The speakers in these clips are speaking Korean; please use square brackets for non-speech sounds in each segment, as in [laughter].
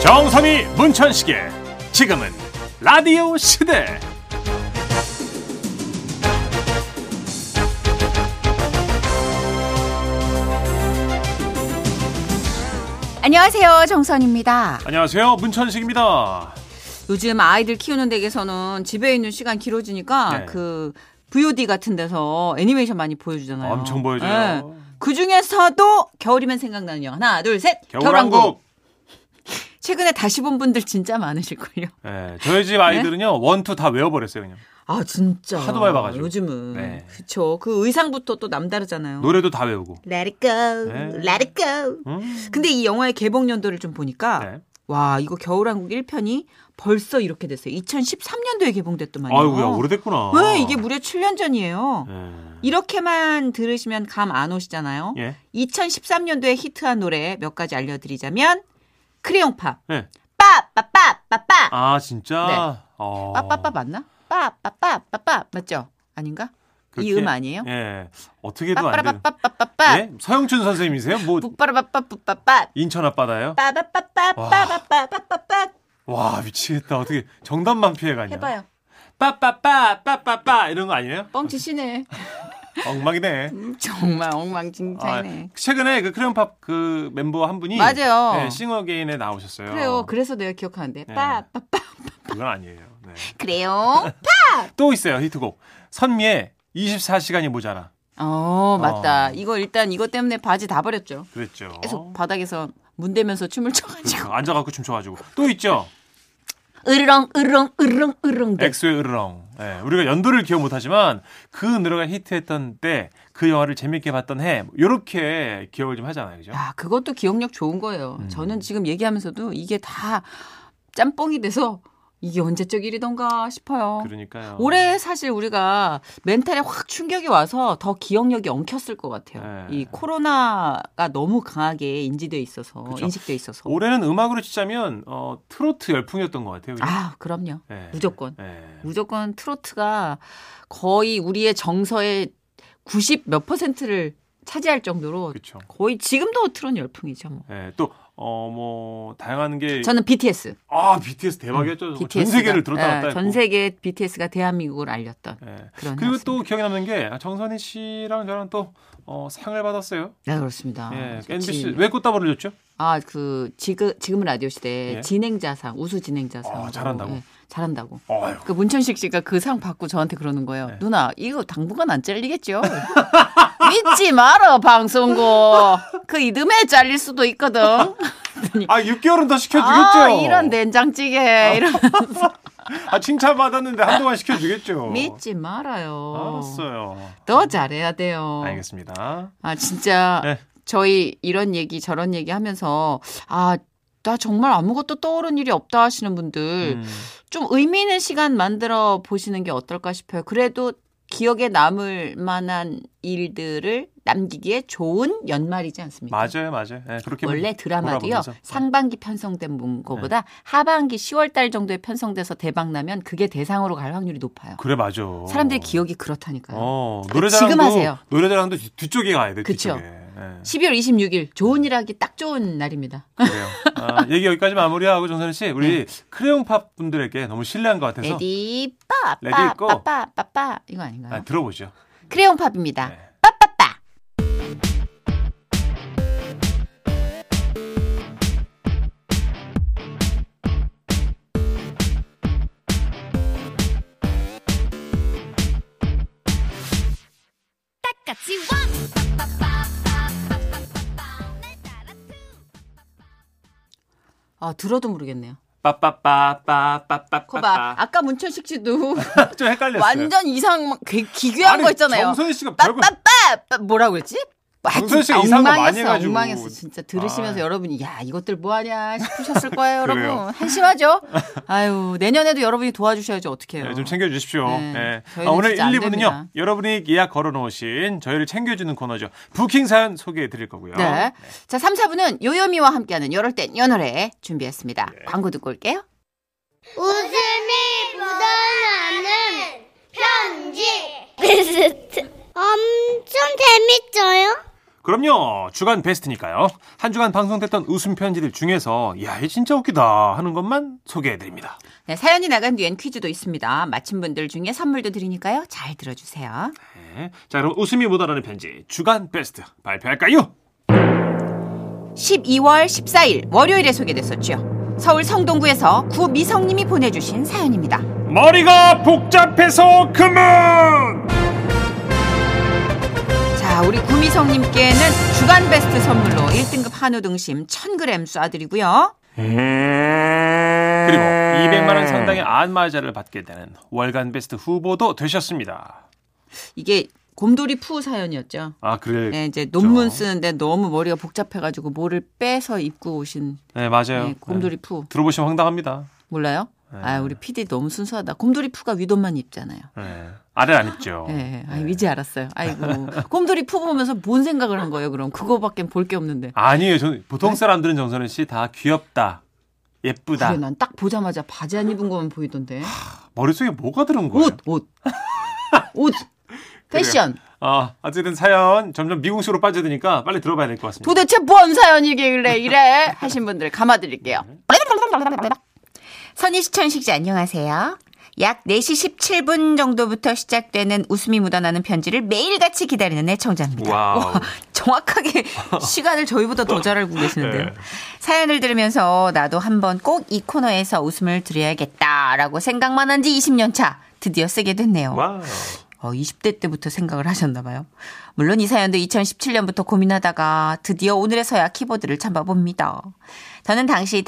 정선이 문천식의 지금은 라디오 시대 안녕하세요 정선입니다. 안녕하세요 문천식입니다 요즘 아이들 키우는 댁에서는 집에 있는 시간 길어지니까 네. 그 VOD 같은 데서 애니메이션 많이 보여주잖아요. 엄청 보여줘요. 그 중에서도 겨울이면 생각나는 영화 하나, 둘, 셋. 겨울왕국 최근에 다시 본 분들 진짜 많으실걸요. 예, 저희 집 아이들은요 네. 원투 다 외워버렸어요 그냥 [laughs] 아 진짜. 하도 많이 봐가지고. 요즘은 네. 그쵸. 그 의상부터 또 남다르잖아요. 노래도 다 외우고 Let it go, 네. let it go. 음. 근데 이 영화의 개봉 연도를 좀 보니까 네. 와 이거 겨울왕국 1편이 벌써 이렇게 됐어요. 2013년도에 개봉됐더만요. 아이고야 오래됐구나 왜 이게 뭐- 무려 7년 전이에요. 예. 이렇게만 들으시면 감 안 오시잖아요. 예. 2013년도에 히트한 노래 몇 가지 알려드리자면 크레용팝, 예. 빠빠빠빠빠, 아 진짜 네. 어. 빠빠빠 맞나? 빠빠빠빠빠 맞죠? 아닌가? 이 그렇게- 음 아니에요? 예 어떻게도 안 되는 빠빠라빠빠빠빠, 예? 서영춘 선생님이세요? 뭐 빠빠라빠빠빠빠, 인천 앞바다요? 빠빠빠빠빠빠빠빠빠 와 미치겠다 어떻게 정답만 피해가냐 해봐요. 빠빠빠 빠빠빠 이런 거 아니에요? 뻥치시네. 엉망이네 음, 정말 아, 엉망진창이네. 최근에 그 크레용팝 그 멤버 한 분이 맞아요. 네, 싱어게인에 나오셨어요. 그래요. 그래서 내가 기억하는데 예. 네. 빠빠빠 건 아니에요. 네. 그래요. 또 있어요 히트곡 선미의 24시간이 모자라 어, 맞다. 어. 이거 일단 이것 때문에 바지 다 버렸죠. 그랬죠. 계속 바닥에서 문대면서 춤을 춰가지고. 그래서 앉아갖고 춤춰가지고 또 있죠. [laughs] 으르렁, 으르렁, 으르렁, 으르렁. 엑소의 으르렁. 예, 우리가 연도를 기억 못하지만 그 노래가 히트했던 때 그 영화를 재밌게 봤던 해 이렇게 기억을 좀 하잖아요, 그죠? 야, 그것도 기억력 좋은 거예요. 저는 지금 얘기하면서도 이게 다 짬뽕이 돼서 이게 언제적 일이던가 싶어요. 그러니까요. 올해 사실 우리가 멘탈에 확 충격이 와서 더 기억력이 엉켰을 것 같아요. 네. 이 코로나가 너무 강하게 인지돼 있어서, 그쵸. 인식돼 있어서. 올해는 음악으로 치자면 어, 트로트 열풍이었던 것 같아요. 그죠? 아, 그럼요. 예. 무조건. 예. 무조건 트로트가 거의 우리의 정서의 90 몇 퍼센트를 차지할 정도로 그렇죠. 거의 지금도 트롯 열풍이죠. 뭐. 예, 또, 어, 뭐, 다양한 게. 저는 BTS. 아, BTS 대박이었죠. 정말 전 음, BTS 가, 세계를 들었다 놨다 예, 했고. 전 세계 BTS가 대한민국을 알렸던 예. 그런. 그리고 해였습니다. 또 기억에 남는 게 아, 정선희 씨랑 저랑 또 어, 상을 받았어요. 네 그렇습니다. 예, 지- MBC 왜 꽃다발을 줬죠? 아그 지금 지금 라디오 시대 예. 진행자상 우수 진행자상. 어, 잘한다고? 잘한다고. 어휴. 그 문천식 씨가 그 상 받고 저한테 그러는 거예요. 네. 누나 이거 당분간 안 잘리겠죠? [laughs] 믿지 마라 방송국. 그 이듬해 잘릴 수도 [laughs] 있거든. 아, 6개월은 더 시켜주겠죠. 어. 아 이런 된장찌개 이런 아, 칭찬받았는데 한동안 [laughs] 시켜주겠죠. 믿지 말아요. 알았어요. 더 잘해야 돼요. 알겠습니다. 아 진짜 네. 저희 이런 얘기 저런 얘기 하면서 아 나 정말 아무것도 떠오른 일이 없다 하시는 분들 음, 좀 의미 있는 시간 만들어 보시는 게 어떨까 싶어요. 그래도 기억에 남을 만한 일들을 남기기에 좋은 연말이지 않습니까? 맞아요, 맞아요. 예, 그렇게 원래 드라마도요 돌아보면서. 네. 상반기 편성된 거보다 하반기 10월달 정도에 편성돼서 대박 나면 그게 대상으로 갈 확률이 높아요. 그래, 맞아. 사람들이 기억이 그렇다니까요. 어, 그 노래자랑도, 지금 하세요. 노래자랑도 뒤- 뒤쪽에 가야 돼, 그쵸. 뒤쪽에. 예. 12월 26일 좋은 일하기 딱 좋은 날입니다. 그래요. 아, 얘기 여기까지 마무리하고 정선희 씨, 우리 네. 크레용팝 분들에게 너무 신뢰한 것 같아서 레디 레디 있고. 빠빠빠빠빠 이거 아닌가요? 아, 들어보죠. 크레용 팝입니다. 네. 빠빠빠. 아 들어도 모르겠네요. 빠빠빠빠빠빠빠. 거봐 아까 문천식 씨도 [laughs] 좀 [laughs] 헷갈렸어요. 아, 완전 이상 막 기- 기괴한 거 있잖아요. 정선희 씨가 별거 빠빠빠 뭐라고 그랬지? 아, 정선 씨가 이상한 거 많이 엉망이었어, 해가지고. 엉망이었어. 진짜 들으시면서 아. 여러분이 야 이것들 뭐하냐 싶으셨을 거예요, [laughs] 그래요. 여러분. 한심하죠? 아유 내년에도 여러분이 도와주셔야지 어떡해요. 네, 좀 챙겨주십시오. 네, 네. 아, 저희는 오늘 1, 진짜 안 2부는요. 됩니다. 여러분이 예약 걸어놓으신 저희를 챙겨주는 코너죠. 부킹 사연 소개해드릴 거고요. 네. 자 3, 4부는 요요미와 함께하는 열럴 땐 연월에 준비했습니다. 네. 광고 듣고 올게요. 웃음이 묻어나는 편지. 엄청 재밌죠요? 그럼요. 주간 베스트니까요. 한 주간 방송됐던 웃음 편지들 중에서 야, 얘 진짜 웃기다 하는 것만 소개해 드립니다. 네, 사연이 나간 뒤엔 퀴즈도 있습니다. 맞힌 분들 중에 선물도 드리니까요. 잘 들어주세요. 네. 자, 그럼 웃음이 모자라는 편지 주간 베스트 발표할까요? 12월 14일 월요일에 소개됐었죠. 서울 성동구에서 구미성님이 보내주신 사연입니다. 머리가 복잡해서 그만. 자, 우리 구미성님께는 주간 베스트 선물로 1등급 한우 등심 1000g 쏴드리고요. 그리고 네. 200만 음. 원 상당의 안마자를 받게 되는 월간 베스트 후보도 되셨습니다. 이게 곰돌이 푸 사연이었죠. 아, 그래. 네, 이제 논문 쓰는데 너무 머리가 복잡해가지고 뭐를 빼서 입고 오신 네, 네. 맞아요. 네, 곰돌이 푸. 네. 들어보시면 황당합니다. 몰라요? 아, 우리 PD 너무 순수하다. 곰돌이 푸가 위도만 입잖아요. 네. 아래 안 입죠. 예, 네. 아, 이제 알았어요. [laughs] 아이고. 뭐 곰돌이 푸 보면서 뭔 생각을 한 거예요, 그럼? 그거밖엔 볼 게 없는데. 아니에요. 저는 네. 보통 사람들은 정선우 씨 다 귀엽다, 예쁘다. 그래, 난 딱 보자마자 바지 안 입은 것만 보이던데. 머릿속에 뭐가 들은 거예요? 옷, 옷. [laughs] 옷. 패션. 아, 어쨌든 사연 점점 미궁수로 빠져드니까 빨리 들어봐야 될 것 같습니다. 도대체 뭔 사연이길래 이래? 하신 분들 감아드릴게요. 선희시천 식지 안녕하세요. 약 4시 17분 정도부터 시작되는 웃음이 묻어나는 편지를 매일같이 기다리는 애청자입니다. 와우. 정확하게 시간을 저희보다 더 잘 알고 계시는데요. 사연을 들으면서 나도 한번 꼭 이 코너에서 웃음을 드려야겠다라고 생각만 한 지 20년 차 드디어 쓰게 됐네요. 와우. 어, 20대 때부터 생각을 하셨나 봐요. 물론 이 사연도 2017년부터 고민하다가 드디어 오늘에서야 키보드를 참아봅니다. 저는 당시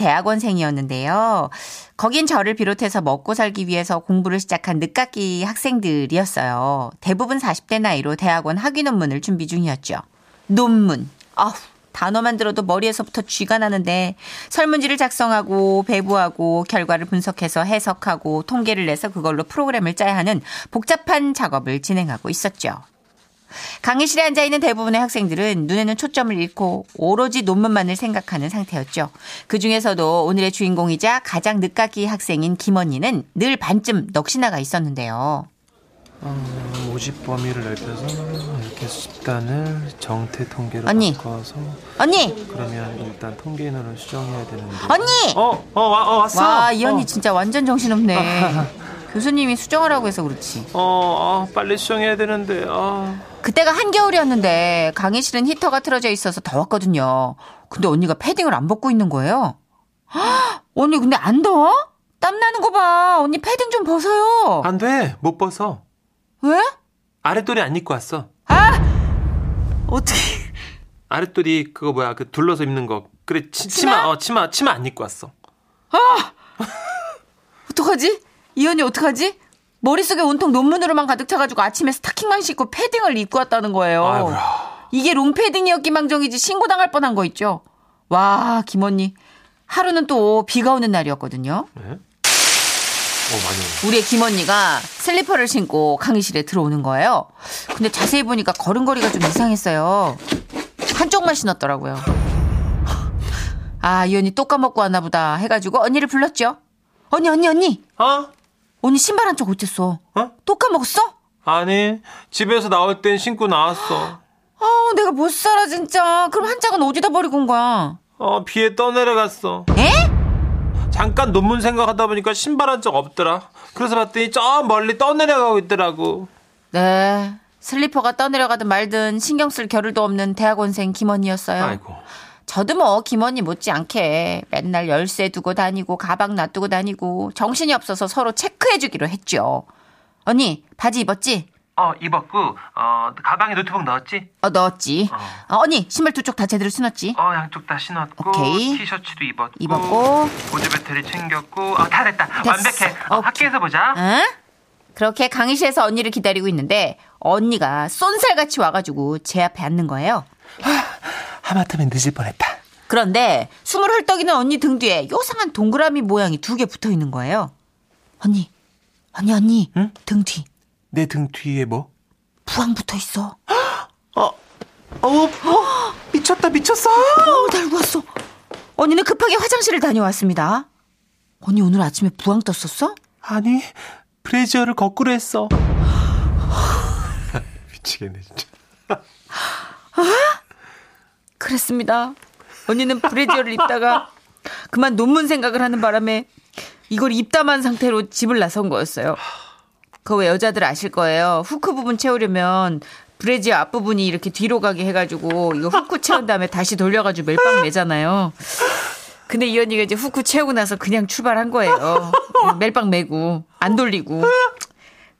대학원생이었는데요. 거긴 저를 비롯해서 먹고 살기 위해서 공부를 시작한 늦깎이 학생들이었어요. 대부분 40대 나이로 대학원 학위 논문을 준비 중이었죠. 논문. 아우. 단어만 들어도 머리에서부터 쥐가 나는데 설문지를 작성하고 배부하고 결과를 분석해서 해석하고 통계를 내서 그걸로 프로그램을 짜야 하는 복잡한 작업을 진행하고 있었죠. 강의실에 앉아 있는 대부분의 학생들은 눈에는 초점을 잃고 오로지 논문만을 생각하는 상태였죠. 그 중에서도 오늘의 주인공이자 가장 늦깎이 학생인 김언니는 늘 반쯤 넋이나가 있었는데요. 모집 음, 범위를 넓혀서 이렇게 집단을 정태 통계로 언니. 바꿔서 언니, 그러면 일단 통계 인원을 수정해야 되는데. 언니. 어, 어, 와, 어 왔어. 와, 이 언니 어. 아. 진짜 완전 정신없네. [laughs] 교수님이 수정하라고 해서 그렇지. 어, 어, 빨리 수정해야 되는데. 어. 그때가 한겨울이었는데 강의실은 히터가 틀어져 있어서 더웠거든요. 근데 언니가 패딩을 안 벗고 있는 거예요. [gasps] 헉, 언니 근데 안 더워? 땀 나는 거 봐. 언니 패딩 좀 벗어요. 안 돼. 못 벗어. 왜? 아랫돌이 안 입고 왔어. 아! 어떻게? 아랫돌이 그거 뭐야? 그 둘러서 입는 거. 그래. 치, 치마. 어, 치마. 치마 안 입고 왔어. 어떡하지? 이 언니 어떡하지? 머릿속에 온통 논문으로만 가득 차가지고 아침에 스타킹만 신고 패딩을 입고 왔다는 거예요. 이게 롱패딩이었기망정이지 신고당할 뻔한 거 있죠. 와, 김언니. 하루는 또 비가 오는 날이었거든요. 어, 많이 오네. 우리의 김언니가 슬리퍼를 신고 강의실에 들어오는 거예요. 근데 자세히 보니까 걸음걸이가 좀 이상했어요. 한쪽만 신었더라고요. 아, 이 언니 또 까먹고 왔나 보다 해가지고 언니를 불렀죠. 언니, 언니, 언니. 어? 언니 신발 한 쪽 어땠어? 어? 또 까먹었어? 아니, 집에서 나올 땐 신고 나왔어. 아, 내가 못 살아 진짜. 그럼 한 짝은 어디다 버리고 온 거야? 어, 비에 떠내려갔어. 에? 잠깐 논문 생각하다 보니까 신발 한 적 없더라. 그래서 봤더니 저 멀리 떠내려가고 있더라고. 네. 슬리퍼가 떠내려가든 말든 신경 쓸 겨를도 없는 대학원생 김언니였어요. 아이고. 저도 뭐 김언니 못지않게 맨날 열쇠 두고 다니고 가방 놔두고 다니고 정신이 없어서 서로 체크해주기로 했죠. 언니 바지 입었지? 어, 입었고, 어, 가방에 노트북 넣었지? 어 넣었지. 아. 어, 언니 신발 두 쪽 다 제대로 신었지? 어 양쪽 다 신었고 오케이. 티셔츠도 입었고 입었고. 보조 배터리 챙겼고 어, 다 됐다 됐어. 완벽해 어, 오케이. 학교에서 보자 응? 그렇게 강의실에서 언니를 기다리고 있는데 언니가 쏜살같이 와가지고 제 앞에 앉는 거예요. 하마터면 늦을 뻔했다. 그런데 숨을 헐떡이는 언니 등 뒤에 요상한 동그라미 모양이 두 개 붙어 있는 거예요. 언니, 언니, 언니, 등 뒤. 내 등 뒤에 뭐? 부항 붙어 있어. 어, 어, 미쳤다, 미쳤어! 어, 달고 왔어. 언니는 급하게 화장실을 다녀왔습니다. 언니 오늘 아침에 부항 떴었어? 아니, 브레지어를 거꾸로 했어. 미치겠네, 진짜. 그랬습니다. 언니는 브래지어를 입다가 그만 논문 생각을 하는 바람에 이걸 입다만 상태로 집을 나선 거였어요. 그거 왜 여자들 아실 거예요. 후크 부분 채우려면 브래지어 앞부분이 이렇게 뒤로 가게 해가지고 이거 후크 채운 다음에 다시 돌려가지고 멜빵 매잖아요. 근데 이 언니가 이제 후크 채우고 나서 그냥 출발한 거예요. 멜빵 매고 안 돌리고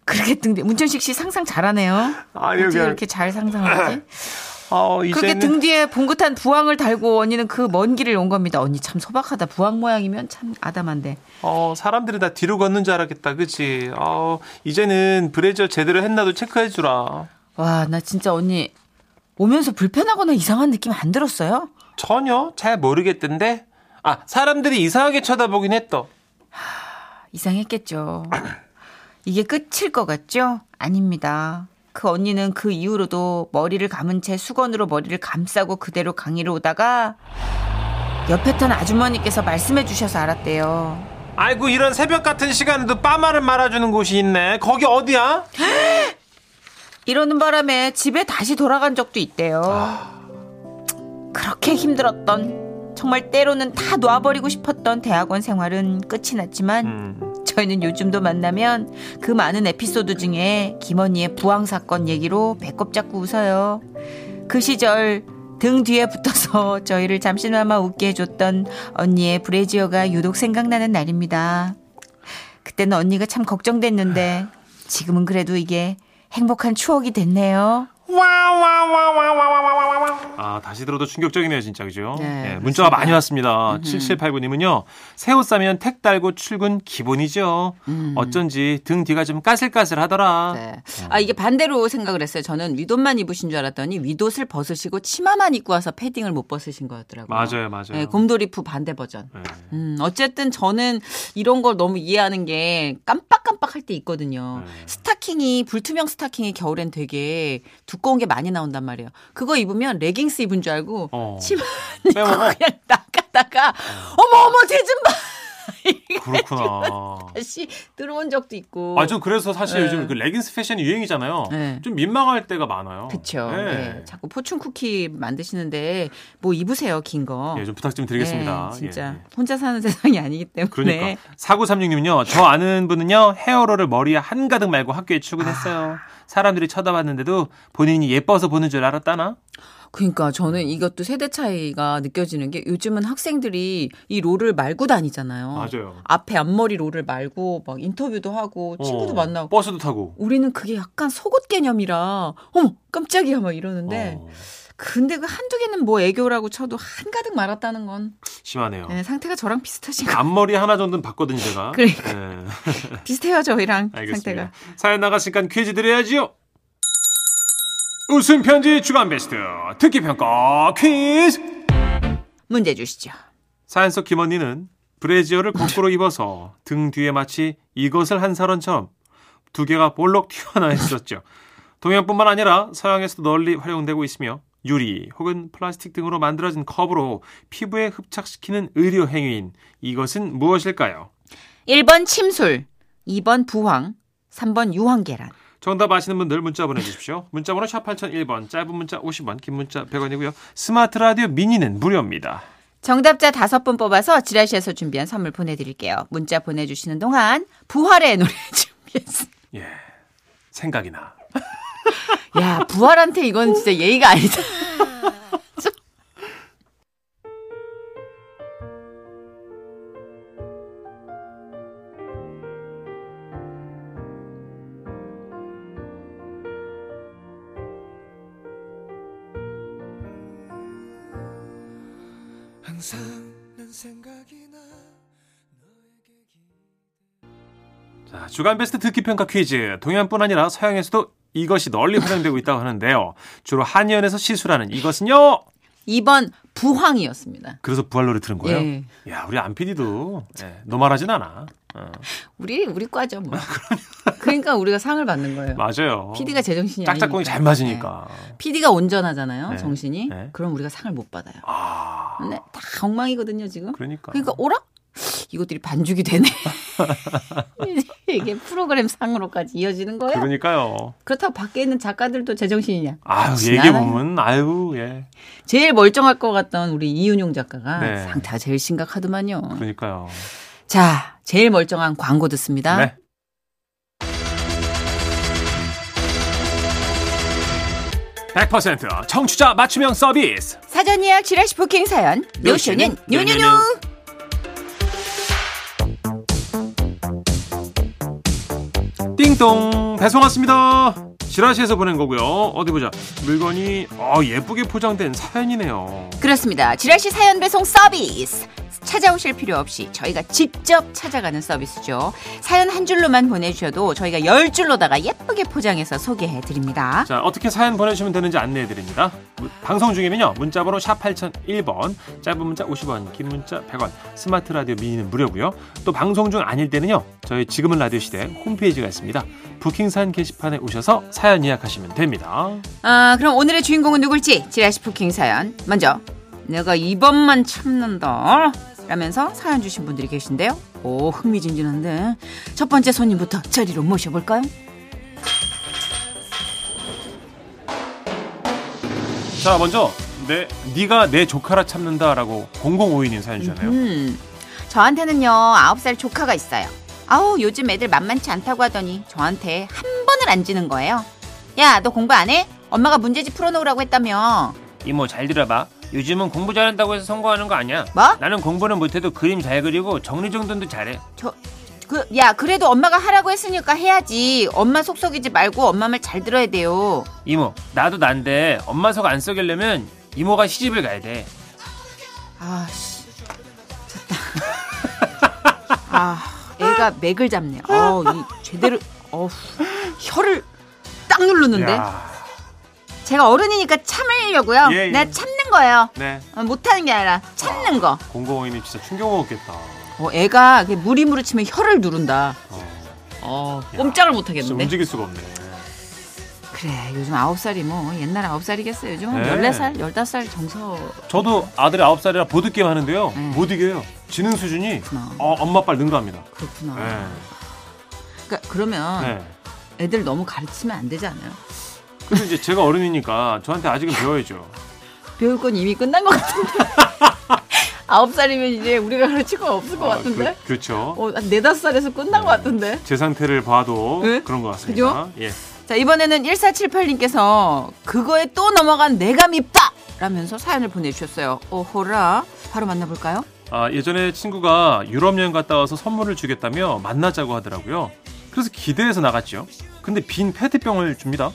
그렇게 등대 문천식 씨 상상 잘하네요. 아니요, 어떻게 그냥- 이렇게 잘 상상하지? 어, 그렇게 등 뒤에 봉긋한 부항을 달고 언니는 그 먼 길을 온 겁니다. 언니 참 소박하다. 부항 모양이면 참 아담한데. 어, 사람들이 다 뒤로 걷는 줄 알았겠다. 그치? 어, 이제는 브레저 제대로 했나도 체크해주라. 와, 나 진짜 언니 오면서 불편하거나 이상한 느낌 안 들었어요? 전혀 잘 모르겠던데? 아, 사람들이 이상하게 쳐다보긴 했다. 이상했겠죠. [clears throat] 이게 끝일 것 같죠? 아닙니다. 그 언니는 그 이후로도 머리를 감은 채 수건으로 머리를 감싸고 그대로 강의를 오다가 옆에 탄 아주머니께서 말씀해 주셔서 알았대요. 아이고, 이런 새벽 같은 시간에도 빠마를 말아주는 곳이 있네. 거기 어디야? 이러는 바람에 집에 다시 돌아간 적도 있대요. 그렇게 힘들었던 정말 때로는 다 놔버리고 싶었던 대학원 생활은 끝이 났지만 음, 저희는 요즘도 만나면 그 많은 에피소드 중에 김언니의 부항 사건 얘기로 배꼽 잡고 웃어요. 그 시절 등 뒤에 붙어서 [laughs] 저희를 잠시나마 웃게 해줬던 언니의 브레지어가 유독 생각나는 날입니다. 그때는 언니가 참 아. 걱정됐는데 지금은 그래도 이게 행복한 추억이 됐네요. 아, 다시 들어도 충격적이네요, 진짜. 그죠? 네, 예, 문자가 많이 음. 왔습니다. 7789님은요, 새옷 사면 택 달고 출근 기본이죠. 어쩐지 등 뒤가 좀 까슬까슬 하더라. 음. 네. 아 이게 반대로 생각을 했어요. 저는 윗옷만 입으신 줄 알았더니 윗옷을 벗으시고 치마만 입고 와서 패딩을 못 벗으신 거였더라고요. 맞아요, 맞아요. 네, 곰돌이프 반대 버전. 예. 음, 어쨌든 저는 이런 걸 너무 이해하는 게 깜빡깜빡할 때 있거든요. 네. 스타킹이 불투명 스타킹이 겨울엔 되게 두꺼운 게 많이 나온단 말이에요. 그거 입으면 레깅스 입은 줄 알고 어. 치마 입고 빼먹어. 그냥 [laughs] 나가다가 어머 어머 제좀 봐. [laughs] 그렇구나. 다시 들어온 적도 있고. 아, 저 그래서 사실 네. 요즘 그 레깅스 패션이 유행이잖아요. 네. 좀 민망할 때가 많아요. 그렇죠. 예. 자꾸 포춘 쿠키 만드시는데 뭐 입으세요 긴 거. 예, 좀 부탁 좀 드리겠습니다. 예, 진짜 네. 예, 예. 혼자 사는 [laughs] 세상이 아니기 때문에. 그러니까 4936님은요. 저 아는 분은요. 헤어롤을 머리에 한가득 말고 학교에 아. 출근했어요. 사람들이 쳐다봤는데도 본인이 예뻐서 보는 줄 알았다나? 그러니까 저는 이것도 세대 차이가 느껴지는 게 요즘은 학생들이 이 롤을 말고 다니잖아요. 맞아요. 앞에 앞머리 롤을 말고 막 인터뷰도 하고 친구도 어, 만나고 버스도 타고. 우리는 그게 약간 속옷 개념이라 어머 깜짝이야 막 이러는데 어, 근데 그 한두 개는 뭐 애교라고 쳐도 한가득 말았다는 건 심하네요. 네, 상태가 저랑 비슷하신 거 앞머리 하나 정도는 봤거든요, 제가. 그러니까. 예. 비슷해요 저희랑 알겠습니다. 상태가 사연 나갔으니까 퀴즈 드려야지요. 웃음 편지 주간 베스트 특기 평가 퀴즈. 문제 주시죠 사연 속 김언니는 브래지어를 거꾸로 입어서 등 뒤에 마치 이것을 한 사람처럼 두 개가 볼록 튀어나와 있었죠. 동양뿐만 아니라 서양에서도 널리 활용되고 있으며 유리 혹은 플라스틱 등으로 만들어진 컵으로 피부에 흡착시키는 의료 행위인 이것은 무엇일까요? 1번 침술 2번 부황 3번 유황계란 정답 아시는 분들 문자 보내주십시오. 문자번호 샵 8001번, 짧은 문자 50원, 긴 문자 100원이고요. 스마트 라디오 미니는 무료입니다. 정답자 다섯 분 뽑아서 지라시에서 준비한 선물 보내드릴게요. 문자 보내주시는 동안 부활의 노래 [laughs] 준비했어요. 예, 생각이나. 야, 부활한테 이건 진짜 예의가 아니다. 항상 난 생각이 나 너에게 기... 자, 주간 베스트 듣기 평가 퀴즈. 동양뿐 아니라 서양에서도 이것이 널리 활용되고 있다고 하는데요. 주로 한의원에서 시술하는 이것은요. 2번 부황이었습니다. 그래서 부활 노래 들은 거예요. 예. 야, 우리 안 PD도 예, 노 말하진 않아. 어, 우리 우리 과죠 아, 뭐. 그러니까 우리가 상을 받는 거예요. 맞아요. PD가 제정신이 아니니까. 어, 짝짝꿍이 잘 맞으니까. PD가 온전하잖아요, 네. 정신이. 네. 그럼 우리가 상을 못 받아요. 아, 근데 다 엉망이거든요, 지금. 그러니까. 그러니까 오라? 이것들이 반죽이 되네. [laughs] 이게 프로그램 상으로까지 이어지는 거예요. 그러니까요. 그렇다고 밖에 있는 작가들도 제정신이냐? 아 그렇진 얘기해 않아요. 보면 아유 예 제일 멀쩡할 것 같던 우리 이윤용 작가가 네. 상태가 제일 심각하더만요. 그러니까요. 자, 제일 멀쩡한 광고 듣습니다. 네. 백퍼센트 청취자 맞춤형 서비스. 사전 예약 지라시 부킹 사연 노쇼는 뉴뉴뉴. 띵동 배송 왔습니다. 지라시에서 보낸 거고요. 어디 보자. 물건이 어, 예쁘게 포장된 사연이네요. 그렇습니다. 지라시 사연 배송 서비스. 찾아오실 필요 없이 저희가 직접 찾아가는 서비스죠. 사연 한 줄로만 보내주셔도 저희가 열 줄로다가 예쁘게 포장해서 소개해 드립니다. 자, 어떻게 사연 보내주시면 되는지 안내해 드립니다. 방송 중이면요. 문자번호 샵 8001번, 짧은 문자 50원, 긴 문자 100원, 스마트 라디오 미니는 무료고요. 또 방송 중 아닐 때는요. 저희 지금은 라디오 시대 홈페이지가 있습니다. 부킹산 게시판에 오셔서 사연 예약하시면 됩니다. 아, 그럼 오늘의 주인공은 누굴지 지라시 푸킹 사연. 먼저 내가 이번만 참는다. 라면서 사연 주신 분들이 계신데요. 오, 흥미진진한데. 첫 번째 손님부터 자리로 모셔볼까요? 자, 먼저 내 네가 내 조카라 참는다라고 0052님 사연 주셨네요. 음, 저한테는요 아홉 살 조카가 있어요. 아우 요즘 애들 만만치 않다고 하더니 저한테 한 번을 안 지는 거예요. 야 너 공부 안 해? 엄마가 문제집 풀어놓으라고 했다며. 이모 잘 들어봐. 요즘은 공부 잘한다고 해서 성공하는 거 아니야. 뭐? 나는 공부는 못해도 그림 잘 그리고 정리정돈도 잘해. 그, 야 그래도 엄마가 하라고 했으니까 해야지. 엄마 속속이지 말고 엄마 말 잘 들어야 돼요. 이모 나도 난데 엄마 속 안 썩이려면 이모가 시집을 가야 돼 아씨, 됐다. [laughs] 아, 애가 맥을 잡네. 어우, 이 제대로, 어우, 혀를 딱 누르는데. 제가 어른이니까 참으려고요. 예, 예. 내가 참는 거예요. 네 어, 못하는 게 아니라 참는 거. 공공호인이 진짜 충격 먹었겠다 어, 애가 이렇게 무림으로 치면 혀를 누른다. 어, 어, 꼼짝을 못 진짜 하겠는데. 움직일 수가 없네 그래, 요즘 아홉 살이 뭐 옛날 아홉 살이겠어요. 요즘은 네. 열네 살, 열다섯 살 정서. 저도 아들이 9살이라 보드게임 하는데요 네. 못 이겨요 지능 수준이 그렇구나. 어, 엄마 빨 능가합니다 그렇구나. 네. 그러니까 그러면 네. 애들 너무 가르치면 안 되지 않아요? 그래서 이제 제가 어른이니까 저한테 아직은 배워야죠 배울 건 이미 끝난 [laughs] 것 같은데. 아홉 살이면 이제 우리가 가르칠 건 없을 것 아, 같은데. 그, 그렇죠 어, 한 네다섯 살에서 끝난 것 같은데. 제 상태를 봐도 네? 그런 것 같습니다 예. 자, 이번에는 1478님께서 그거에 또 넘어간 내가 밉다! 라면서 사연을 보내주셨어요. 오호라. 바로 만나볼까요? 아, 예전에 친구가 유럽 여행 갔다 와서 선물을 주겠다며 만나자고 하더라고요. 그래서 기대해서 나갔죠. 근데 빈 페트병을 줍니다.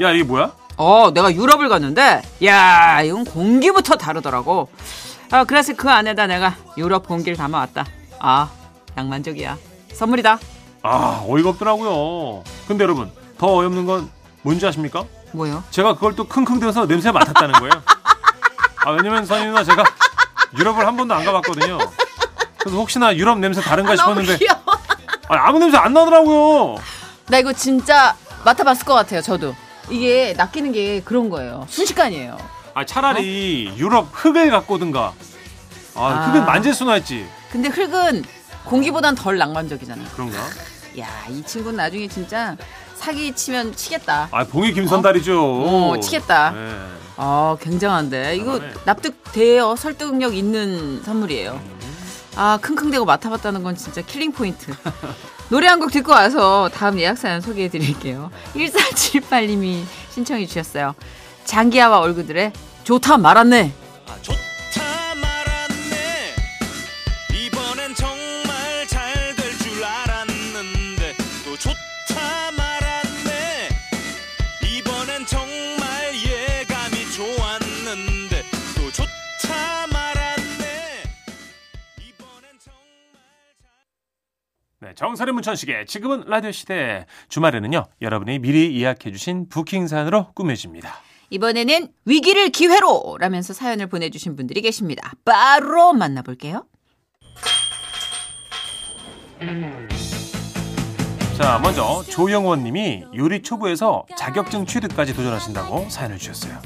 야, 이게 뭐야? 어, 내가 유럽을 갔는데, 야, 이건 공기부터 다르더라고. 아, 그래서 그 안에다 내가 유럽 공기를 담아왔다. 아, 낭만적이야. 선물이다. 아, 어이가 없더라고요. 근데 여러분, 더 어이없는 건 뭔지 아십니까? 뭐요? 제가 그걸 또 킁킁대면서 냄새 맡았다는 거예요. 아, 왜냐면 선희 누나 제가 유럽을 한 번도 안 가봤거든요. 그래서 혹시나 유럽 냄새 다른가 싶었는데 아, 귀여워. 아, 아무 냄새 안 나더라고요. 나 이거 진짜 맡아봤을 것 같아요, 저도. 이게 낚이는 게 그런 거예요. 순식간이에요. 아, 차라리 유럽 흙을 갖고 오든가. 아, 흙은 어? 아. 만질 수나 했지. 근데 흙은 공기보단 덜 낭만적이잖아. 그런가? 야, 이 친구는 나중에 진짜 사기 치면 치겠다. 아 봉이 김선달이죠. 어, 치겠다. 네. 아, 굉장한데. 이거 대단하네. 납득돼요. 설득력 있는 선물이에요. 아, 킁킁대고 맡아봤다는 건 진짜 킬링 포인트. 노래 한 곡 듣고 와서 다음 예약 사연 소개해 드릴게요. 1478님이 신청해 주셨어요. 장기하와 얼굴들의 좋다 말았네. 아 좋다 말았네 이번엔 정말 잘 될 줄 알았는데 또 좋다 말았네 이번엔 정말 예감이 좋았는데 또 좋다 말았네 이번엔 정말 잘 네, 정설의 문천식의 지금은 라디오 시대 주말에는요 여러분이 미리 예약해주신 부킹산으로 꾸며집니다. 이번에는 위기를 기회로 라면서 사연을 보내주신 분들이 계십니다. 바로 만나볼게요. 자, 먼저 조영원님이 요리 초보에서 자격증 취득까지 도전하신다고 사연을 주셨어요.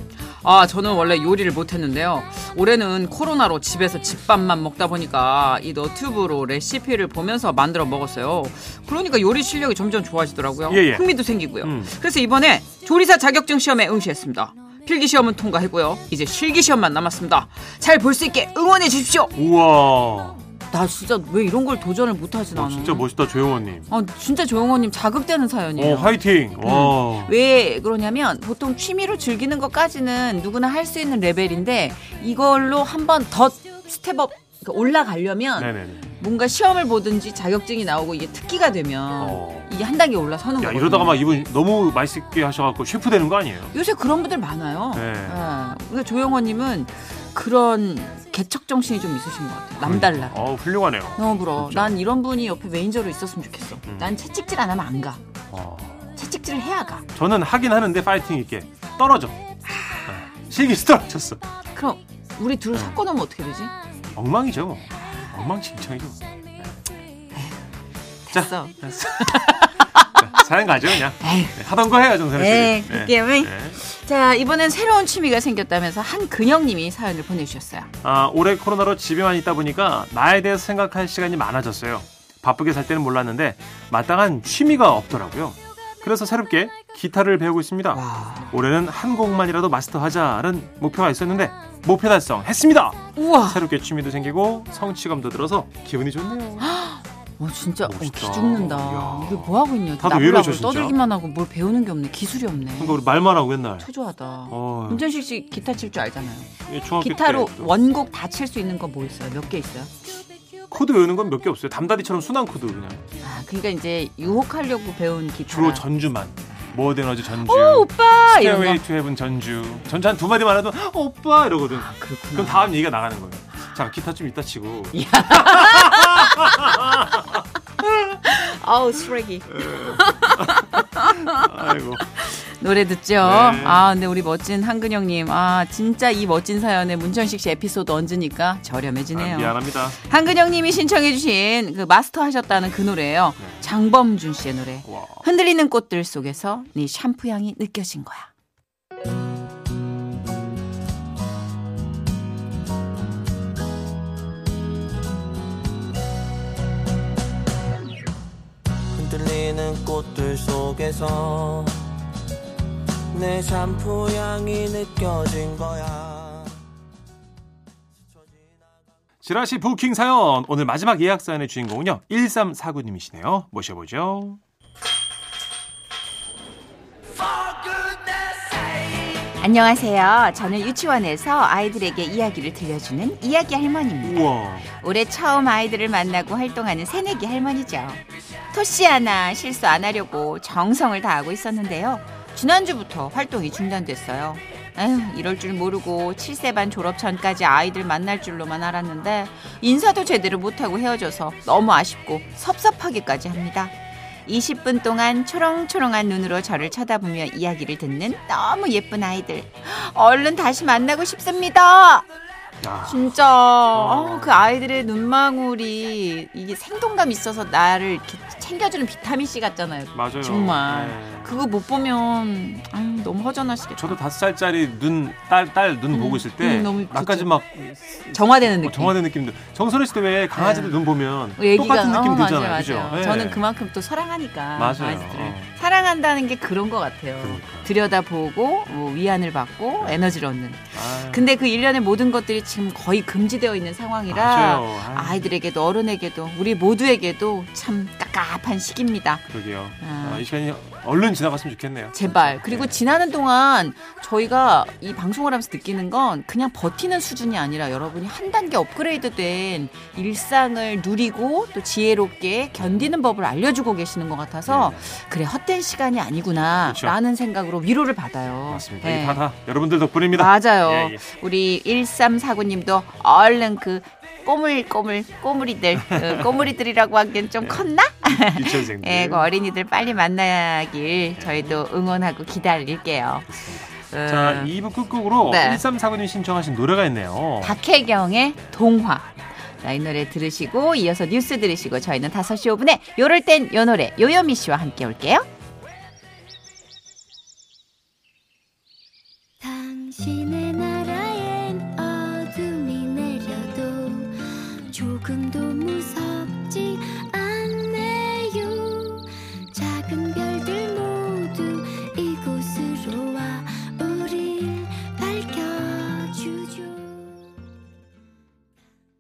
아, 저는 원래 요리를 못했는데요. 올해는 코로나로 집에서 집밥만 먹다 보니까 이 너튜브로 레시피를 보면서 만들어 먹었어요. 그러니까 요리 실력이 점점 좋아지더라고요. 예, 예. 흥미도 생기고요. 음. 그래서 이번에 조리사 자격증 시험에 응시했습니다. 필기 시험은 통과했고요. 이제 실기 시험만 남았습니다. 잘 볼 수 있게 응원해 주십시오. 우와. 나 진짜 왜 이런 걸 도전을 못 하지 어, 나는. 진짜 멋있다 조영원님. 아, 진짜 조영호님 자극되는 어 사연이에요. 화이팅. 와. 왜 그러냐면 보통 취미로 즐기는 것까지는 누구나 할 수 있는 레벨인데 이걸로 한 번 더 스텝업 그러니까 올라가려면 네네네. 뭔가 시험을 보든지 자격증이 나오고 이게 특기가 되면 어. 이게 한 단계 올라서는 야 거예요. 이러다가 막 이분 너무 맛있게 하셔갖고 셰프 되는 거 아니에요? 요새 그런 분들 많아요. 네. 예. 근데 조영호님은 그런 개척 정신이 좀 있으신 것 같아요. 남달라. 어 훌륭하네요. 너무 부러워. 진짜. 난 이런 분이 옆에 매니저로 있었으면 좋겠어. 음. 난 채찍질 안 하면 안 가. 어. 채찍질을 해야 가. 저는 하긴 하는데 파이팅 있게 떨어져. 아, 실기 떨어졌어. 그럼 우리 둘을 네. 섞어놓으면 어떻게 되지? 엉망이죠 뭐. 엉망진창이죠. 네, 자. 됐어. 자, 사연 가죠 그냥. 네, 하던 거 해요 네. 정선혜 에이, 씨. 그게요. 네. 자, 이번엔 새로운 취미가 생겼다면서 한근영님이 사연을 보내주셨어요. 아, 올해 코로나로 집에만 있다 보니까 나에 대해서 생각할 시간이 많아졌어요. 바쁘게 살 때는 몰랐는데 마땅한 취미가 없더라고요. 그래서 새롭게 기타를 배우고 있습니다. 올해는 한 곡만이라도 마스터하자는 목표가 있었는데 목표 달성했습니다. 우와, 새롭게 취미도 생기고 성취감도 들어서 기분이 좋네요. 어, 진짜 어, 멋있다. 기죽는다. 이야. 우리 뭐 하고 있냐? 다들 왜 나불나불 그러죠, 진짜? 떠들기만 하고 뭘 배우는 게 없네. 기술이 없네. 그러니까 우리 말만 하고 맨날. 초조하다. 어, 문전식 씨 기타 칠 줄 알잖아요. 예, 중학교 기타로 때 또. 원곡 다 칠 수 있는 거 뭐 있어요? 몇 개 있어요? 코드 외우는 건 몇 개 없어요. 담다리처럼 순한 코드 그냥 아, 그러니까 이제 유혹하려고 배운 기타. 주로 전주만. 모던어즈 전주. 오, 오빠 이런 거. 스테이웨이 투 헤븐 전주. 전주 한 두 마디만 해도 오빠 이러거든. 아, 그렇구나. 그럼 다음 얘기가 나가는 거예요. 자 기타 좀 이따 치고 아우 쓰레기. 아이고 노래 듣죠? 네. 아, 근데 우리 멋진 한근영님. 아, 진짜 이 멋진 사연에 문천식 씨 에피소드 얹으니까 아, 저렴해지네요. 미안합니다. 한근영님이 신청해주신 그 마스터 하셨다는 그 노래예요. 네. 장범준 씨의 노래. 와. 흔들리는 꽃들 속에서 네 샴푸 향이 느껴진 거야. 흔들리는 꽃들 속에서 내 샴푸 향이 느껴진 거야. 지라시 부킹 사연 오늘 마지막 예약 사연의 주인공은요 1349님이시네요. 모셔보죠. 안녕하세요. 저는 유치원에서 아이들에게 이야기를 들려주는 이야기 할머니입니다. 우와 올해 처음 아이들을 만나고 활동하는 새내기 할머니죠. 토씨 하나 실수 안 하려고 정성을 다하고 있었는데요. 지난주부터 활동이 중단됐어요. 에휴, 이럴 줄 모르고 7세 반 졸업 전까지 아이들 만날 줄로만 알았는데 인사도 제대로 못하고 헤어져서 너무 아쉽고 섭섭하기까지 합니다. 20분 동안 초롱초롱한 눈으로 저를 쳐다보며 이야기를 듣는 너무 예쁜 아이들. 얼른 다시 만나고 싶습니다. 야, 진짜 어, 그 아이들의 눈망울이 이게 생동감 있어서 나를 이렇게 챙겨주는 비타민 C 같잖아요. 맞아요. 정말. 네. 그거 못 보면 아유, 너무 허전하시겠다. 저도 다섯 살짜리 눈 딸 딸 눈 보고 있을 때 음, 너무 나까지 좋죠. 막 정화되는 느낌. 뭐 정화된 느낌들. 정선혜 씨도 왜 강아지들 눈 보면 네. 얘기가- 똑같은 느낌 어, 맞아요, 들잖아요. 맞아요. 그죠? 예. 저는 그만큼 또 사랑하니까 맞아요. 아이들을 어. 사랑한다는 게 그런 것 같아요. 그러니까요. 네. 들여다보고 뭐 위안을 받고 에너지를 얻는. 아유, 근데 그 일련의 모든 것들이 지금 거의 금지되어 있는 상황이라 맞아요. 아유, 아이들에게도 어른에게도 우리 모두에게도 참 깝깝한 시기입니다. 그러게요. 아. 아, 이 시간이 얼른 지나갔으면 좋겠네요. 제발. 그리고 네. 지나는 동안 저희가 이 방송을 하면서 느끼는 건 그냥 버티는 수준이 아니라 여러분이 한 단계 업그레이드 된 일상을 누리고 또 지혜롭게 견디는 네. 법을 알려주고 계시는 것 같아서 그래, 헛된 시간이 아니구나 그쵸. 라는 생각으로 위로를 받아요. 그렇죠. 맞습니다. 네. 이게 다, 다 여러분들 덕분입니다. 맞아요. 예, 예. 우리 1349님도 얼른 그 꼬물꼬물 꼬물이들 그 꼬물이들이라고 하기엔 네. 좀 컸나? 유치원생들. 예, 네. 그 어린이들 빨리 만나길 저희도 응원하고 기다릴게요. 어, 자, 아, 2부 끝곡으로 네. 1349님 신청하신 노래가 있네요. 박혜경의 동화. 자, 이 노래 들으시고 이어서 뉴스 들으시고 저희는 5시 5분에 요럴 땐 요 노래 요요미 씨와 함께 올게요. 당신은 당신의